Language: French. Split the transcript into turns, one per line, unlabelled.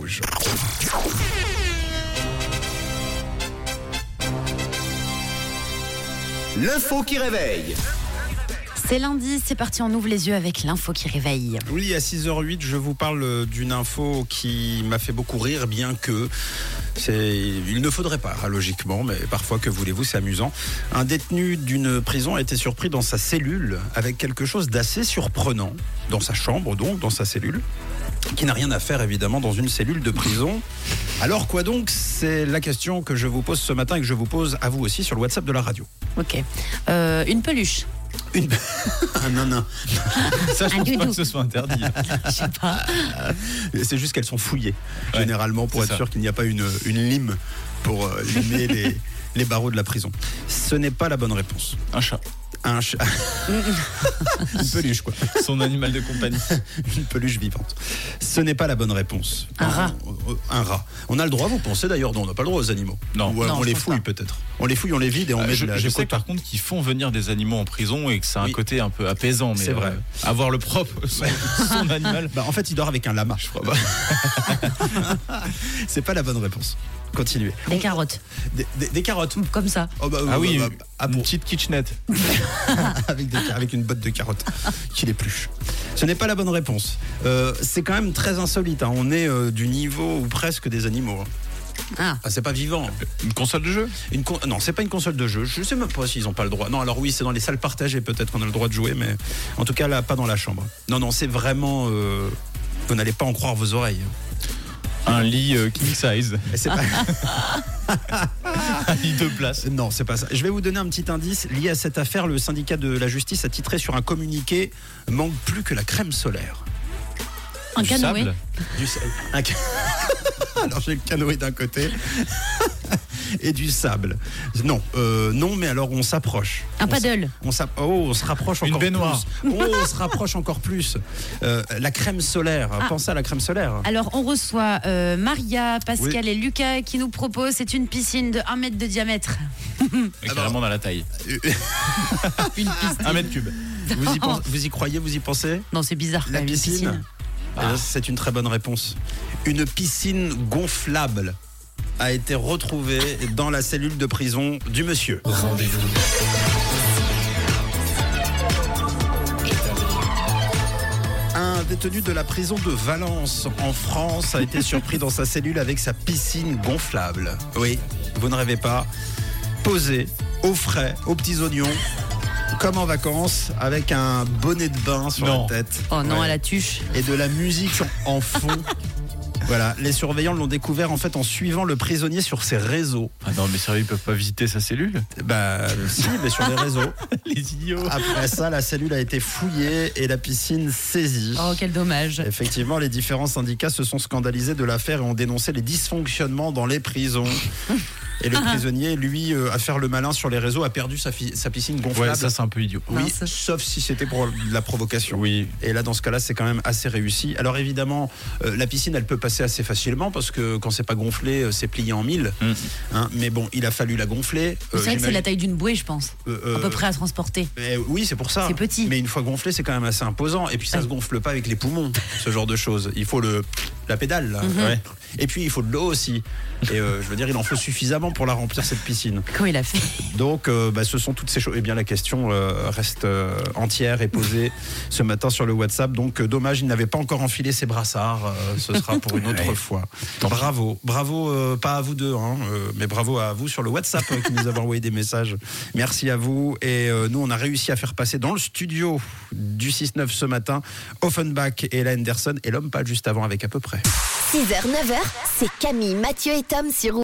Rouge. L'info qui réveille.
C'est lundi, c'est parti, on ouvre les yeux avec l'info qui réveille.
Oui, à 6h08, je vous parle euh, d'une info qui m'a fait beaucoup rire, bien que c'est, il ne faudrait pas, hein, logiquement, mais parfois, que voulez-vous, c'est amusant. Un détenu d'une prison a été surpris dans sa cellule avec quelque chose d'assez surprenant, dans sa chambre donc, dans sa cellule, qui n'a rien à faire évidemment dans une cellule de prison. Alors quoi donc C'est la question que je vous pose ce matin et que je vous pose à vous aussi sur le WhatsApp de la radio.
Ok. Euh, une peluche.
Une... un nain.
Ça, je
Ah, Un
pense pas
doudou.
que ce soit
hein.
interdit.
Je sais pas.
C'est juste qu'elles sont fouillées,
Ouais,
généralement, pour
c'est
être
ça.
sûr qu'il n'y a pas une, une lime pour euh, limer les, les barreaux de la prison. Ce n'est pas la bonne réponse.
Un chat.
Un chat. une peluche, quoi.
Son animal de compagnie.
Une peluche vivante. Ce n'est pas la bonne réponse.
Un rat.
Euh, Un rat. On a le droit, vous pensez d'ailleurs Non, on n'a pas le droit aux animaux.
Non.
Ou, euh,
Non,
on
je
les
pense
fouille
pas.
peut-être. On les fouille, on les vide et on
Euh,
met
je,
de la
je sais
coton.
par contre qu'ils font venir des animaux en prison et que c'est un
Oui.
côté un peu apaisant. Mais
C'est vrai.
euh, avoir le propre, son, son animal.
Bah, en fait, il dort avec un lama, je crois. C'est pas la bonne réponse. Continuez.
Des carottes.
Des, des- des carottes.
Comme ça.
Oh, bah,
Ah oui,
bah, bah, ah,
une
bon.
petite kitchenette.
avec, des- avec une botte de carottes qui l'épluche. Ce n'est pas la bonne réponse. Euh, c'est quand même très insolite. hein. On est euh, du niveau ou presque des animaux. hein.
Ah.
Ah, c'est pas vivant.
Une console de jeu
Une con- Non, c'est pas une console de jeu. Je sais même pas s'ils ont pas le droit. Non, alors oui, c'est dans les salles partagées peut-être qu'on a le droit de jouer, mais en tout cas là, pas dans la chambre. Non, non, c'est vraiment. euh, Vous n'allez pas en croire vos oreilles.
Un lit euh, king size.
Et c'est pas-
Un lit de place.
Non, c'est pas ça. Je vais vous donner un petit indice lié à cette affaire. Le syndicat de la justice a titré sur un communiqué manque plus que la crème solaire.
Un
Du
canoë.
sable.
Du sa- un ca- alors j'ai le canoë d'un côté et du sable. Non, euh, non, mais alors on s'approche.
Un
On s-
paddle.
On, s'app- oh, on se rapproche
Une
encore
baignoire.
plus. Oh, on se rapproche encore plus. Euh, la crème solaire.
Ah.
Pensez à la crème solaire.
Alors, on reçoit euh, Maria, Pascal et Lucas qui nous proposent c'est une piscine de 1 mètre de diamètre.
Et Carrément dans la taille.
Une piste.
Un mètre cube.
Vous y, pense- vous y croyez Vous y pensez
Non, c'est bizarre. quand
La
même, une
piscine. Eh bien, C'est une très bonne réponse. Une piscine gonflable a été retrouvée dans la cellule de prison du monsieur. Un détenu de la prison de Valence en France a été surpris dans sa cellule avec sa piscine gonflable. Oui, vous ne rêvez pas. Posée, au frais, aux petits oignons, comme en vacances, avec un bonnet de bain sur
Non.
la tête
Oh non,
Ouais.
à la tuche.
et de la musique en fond. voilà, les surveillants l'ont découvert en fait en suivant le prisonnier sur ses réseaux.
Ah non, mais sérieux, ils peuvent pas visiter sa cellule
Bah si, mais sur les réseaux.
Les idiots.
Après ça, la cellule a été fouillée et la piscine saisie.
Oh, quel dommage.
Euh, Effectivement, les différents syndicats se sont scandalisés de l'affaire et ont dénoncé les dysfonctionnements dans les prisons. Et le prisonnier, lui, euh, à faire le malin sur les réseaux, a perdu sa, fi- sa piscine gonflable.
Ouais, ça c'est un peu idiot.
oui,
Mince.
sauf si c'était pour de la provocation.
Oui.
Et là, dans ce cas-là, c'est quand même assez réussi. Alors évidemment, euh, la piscine, elle peut passer assez facilement parce que quand c'est pas gonflé, euh, c'est plié en mille.
Mm.
Hein, mais bon, il a fallu la gonfler. Euh,
c'est vrai que c'est la taille d'une bouée, je pense. À peu près à transporter.
eh oui, c'est pour ça.
C'est petit.
Mais une fois gonflé, c'est quand même assez imposant. Et puis ça
Ouais.
se gonfle pas avec les poumons, ce genre de choses. Il faut le la pédale. là.
Mhm.
Ouais.
Et puis il faut de l'eau aussi. Et euh, je veux dire, il en faut suffisamment pour la remplir cette piscine.
Comment il a fait
Donc, euh, bah, ce sont toutes ces choses. Eh bien, la question euh, reste euh, entière et posée ce matin sur le WhatsApp. Donc, euh, dommage, il n'avait pas encore enfilé ses brassards. Euh, ce sera pour une autre
Ouais.
fois.
Tant pis.
bravo, bravo, euh, pas à vous deux, hein, euh, mais bravo à vous sur le WhatsApp euh, qui nous avez envoyé des messages. Merci à vous. Et euh, nous, on a réussi à faire passer dans le studio du 6-9 ce matin Offenbach et Ella Henderson et l'homme pas juste avant avec à peu près.
6h, 9h, c'est Camille, Mathieu et Tom sur